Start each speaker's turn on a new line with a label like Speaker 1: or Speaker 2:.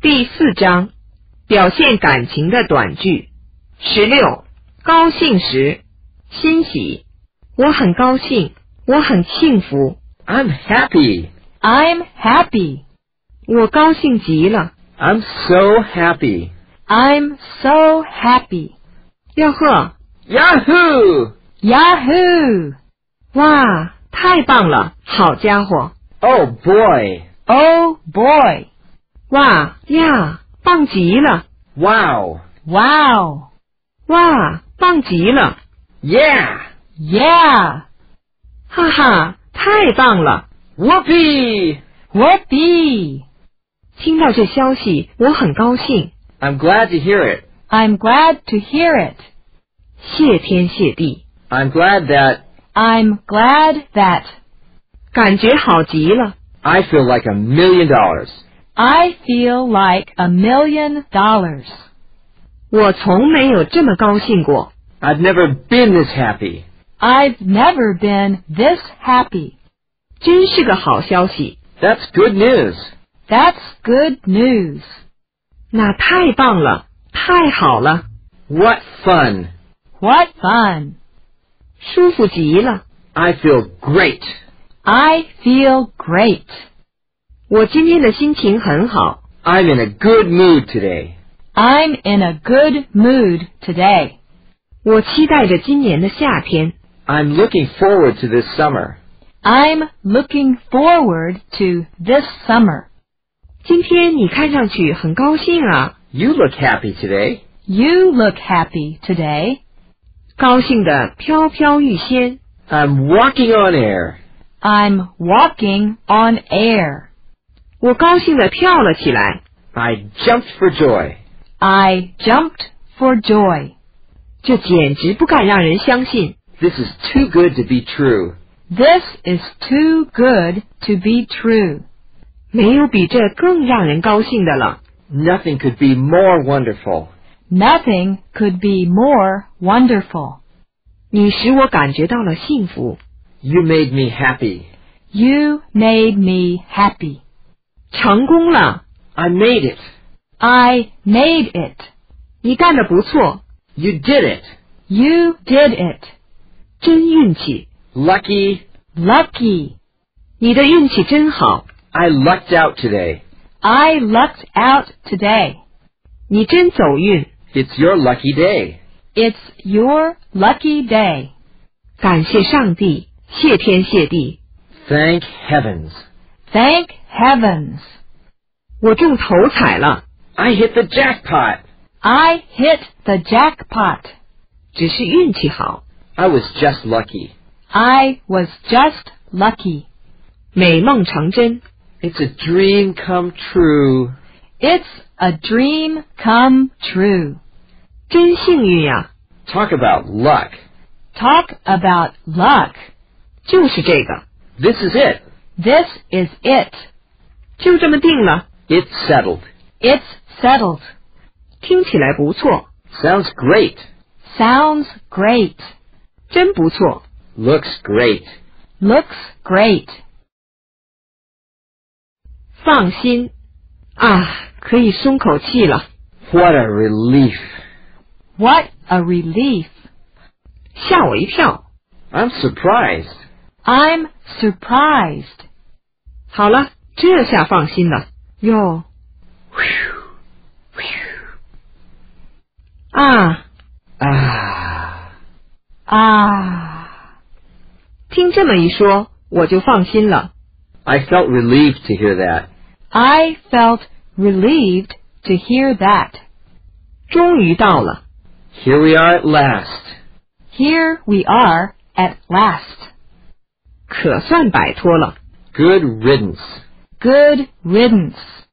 Speaker 1: 第四章表现感情的短句。十六，高兴时，欣喜，我很高兴，我很幸福，
Speaker 2: I'm happy.
Speaker 3: I'm happy.
Speaker 1: 我高兴极了。
Speaker 2: I'm so happy.
Speaker 3: I'm so happy.
Speaker 1: 吆喝，
Speaker 2: Yahoo!
Speaker 3: Yahoo!
Speaker 1: 哇，太棒了，好家伙！
Speaker 2: Oh boy!
Speaker 3: Oh boy!
Speaker 1: 哇呀，棒极了！
Speaker 2: Wow!
Speaker 3: Wow!
Speaker 1: 哇，棒极了！
Speaker 2: Yeah!
Speaker 3: Yeah!
Speaker 1: 哈哈，太棒了！
Speaker 2: Whoopee!
Speaker 3: Whoopee!
Speaker 1: 听到这消息，我很高兴，
Speaker 2: I'm glad to hear it.
Speaker 3: I'm glad to hear it.
Speaker 1: 谢天谢地，
Speaker 2: I'm glad that
Speaker 3: I'm glad that.
Speaker 1: 感觉好极了！
Speaker 2: I feel like a million dollars.
Speaker 3: I feel like a million dollars.
Speaker 1: 我从没有这么高兴过。
Speaker 2: I've never been this happy.
Speaker 3: I've never been this happy.
Speaker 1: 真是个好消息，
Speaker 2: That's good news.
Speaker 3: That's good news.
Speaker 1: 那太棒了，太好了，
Speaker 2: What fun!
Speaker 3: What fun!
Speaker 1: 舒服极了。
Speaker 2: I feel great.
Speaker 3: I feel great.
Speaker 1: 我今天的心情很好，
Speaker 2: I'm in a good mood today.
Speaker 3: I'm in a good mood today.
Speaker 1: 我期待着今年的夏天。
Speaker 2: I'm looking forward to this summer.
Speaker 3: I'm looking forward to this summer.
Speaker 1: 今天你看上去很高兴啊，
Speaker 2: You look happy today.
Speaker 3: You look happy today.
Speaker 1: 高兴的飘飘欲仙。
Speaker 2: I'm walking on air.
Speaker 3: I'm walking on air.
Speaker 1: 我高兴的跳了起来，
Speaker 2: I jumped for joy.
Speaker 3: I jumped for joy.
Speaker 1: 这简直不敢让人相信。
Speaker 2: This is too good to be true.
Speaker 3: This is too good to be true.
Speaker 1: 没有比这更让人高兴的了。
Speaker 2: Nothing could be more wonderful.
Speaker 3: Nothing could be more wonderful.
Speaker 1: 你使我感觉到了幸福，
Speaker 2: You made me happy.
Speaker 3: You made me happy.
Speaker 1: 成功了，
Speaker 2: I made it.
Speaker 3: I made it.
Speaker 1: 你干得不错，
Speaker 2: You did it.
Speaker 3: You did it.
Speaker 1: 真运气，
Speaker 2: Lucky.
Speaker 3: Lucky.
Speaker 1: 你的运气真好，
Speaker 2: I lucked out today.
Speaker 3: I lucked out today.
Speaker 1: 你真走运。
Speaker 2: It's your lucky day.
Speaker 3: It's your lucky day.
Speaker 1: 感谢上帝，谢天谢地，
Speaker 2: Thank heavens.
Speaker 3: Thank heavens.
Speaker 1: 我中头彩了，
Speaker 2: I hit the jackpot.
Speaker 3: I hit the jackpot.
Speaker 1: 只是运气好。
Speaker 2: I was just lucky.
Speaker 3: I was just lucky.
Speaker 1: 美梦成真，
Speaker 2: It's a dream come true.
Speaker 3: It's a dream come true.
Speaker 1: 真幸运呀、
Speaker 2: Talk about luck.
Speaker 3: Talk about luck.
Speaker 1: 就是这个，
Speaker 2: This is it.
Speaker 3: This is it.
Speaker 1: 就这么定了，
Speaker 2: It's settled.
Speaker 3: It's settled.
Speaker 1: 听起来不错，
Speaker 2: Sounds great.
Speaker 3: Sounds great.
Speaker 1: 真不错。
Speaker 2: Looks great.
Speaker 3: Looks great.
Speaker 1: 放心啊，可以松口气了。
Speaker 2: What a relief.
Speaker 3: What a relief.
Speaker 1: 吓我一跳。
Speaker 2: I'm surprised.
Speaker 3: I'm surprised.
Speaker 1: 好了，这下放心了。哟啊，
Speaker 2: Ah.
Speaker 3: Ah.
Speaker 1: 听这么一说，我就放心了。
Speaker 2: I felt relieved to hear that.
Speaker 3: I felt relieved to hear that.
Speaker 1: 终于到了，
Speaker 2: Here we are at last.
Speaker 3: Here we are at last.
Speaker 1: 可算摆脱了。
Speaker 2: Good riddance.
Speaker 3: Good riddance.